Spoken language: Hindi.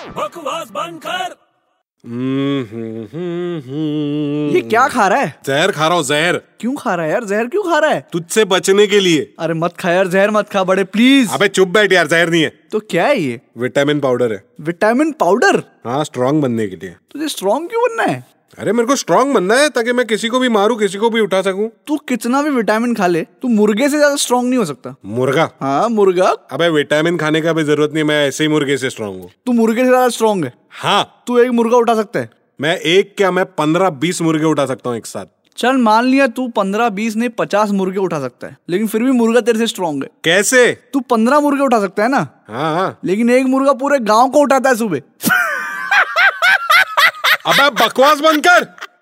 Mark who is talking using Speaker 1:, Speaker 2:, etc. Speaker 1: आवाज बंद कर
Speaker 2: ये क्या खा रहा है
Speaker 3: हम्म। जहर खा रहा हूँ जहर
Speaker 2: क्यों खा रहा है यार जहर क्यों खा रहा है
Speaker 3: तुझसे बचने के लिए
Speaker 2: अरे मत खा यार जहर मत खा बड़े प्लीज
Speaker 3: अबे चुप बैठ यार जहर नहीं है
Speaker 2: तो क्या है ये
Speaker 3: विटामिन पाउडर है
Speaker 2: विटामिन पाउडर
Speaker 3: हाँ स्ट्रांग बनने के लिए
Speaker 2: तुझे स्ट्रॉन्ग क्यों बनना है
Speaker 3: अरे मेरे को स्ट्रांग बनना है ताकि मैं किसी को भी मारू किसी को भी उठा सकूं
Speaker 2: तू कितना भी विटामिन खा ले तू मुर्गे से ज्यादा स्ट्रॉन्ग नहीं हो सकता
Speaker 3: मुर्गा
Speaker 2: हाँ मुर्गा
Speaker 3: अबे विटामिन खाने का भी जरूरत नहीं मैं ऐसे ही मुर्गे से स्ट्रांग हूँ
Speaker 2: तू मुर्गे से ज्यादा स्ट्रॉन्ग है
Speaker 3: हाँ
Speaker 2: तू एक मुर्गा उठा सकता है
Speaker 3: मैं एक क्या मैं पंद्रह बीस मुर्गे उठा सकता हूँ एक साथ
Speaker 2: चल मान लिया तू पंद्रह बीस नहीं पचास मुर्गे उठा सकता है लेकिन फिर भी मुर्गा तेरे से स्ट्रॉन्ग है
Speaker 3: कैसे
Speaker 2: तू पंद्रह मुर्गे उठा सकता है ना
Speaker 3: हाँ हाँ
Speaker 2: लेकिन एक मुर्गा पूरे गांव को उठाता है सुबह
Speaker 3: अबे बकवास बंद कर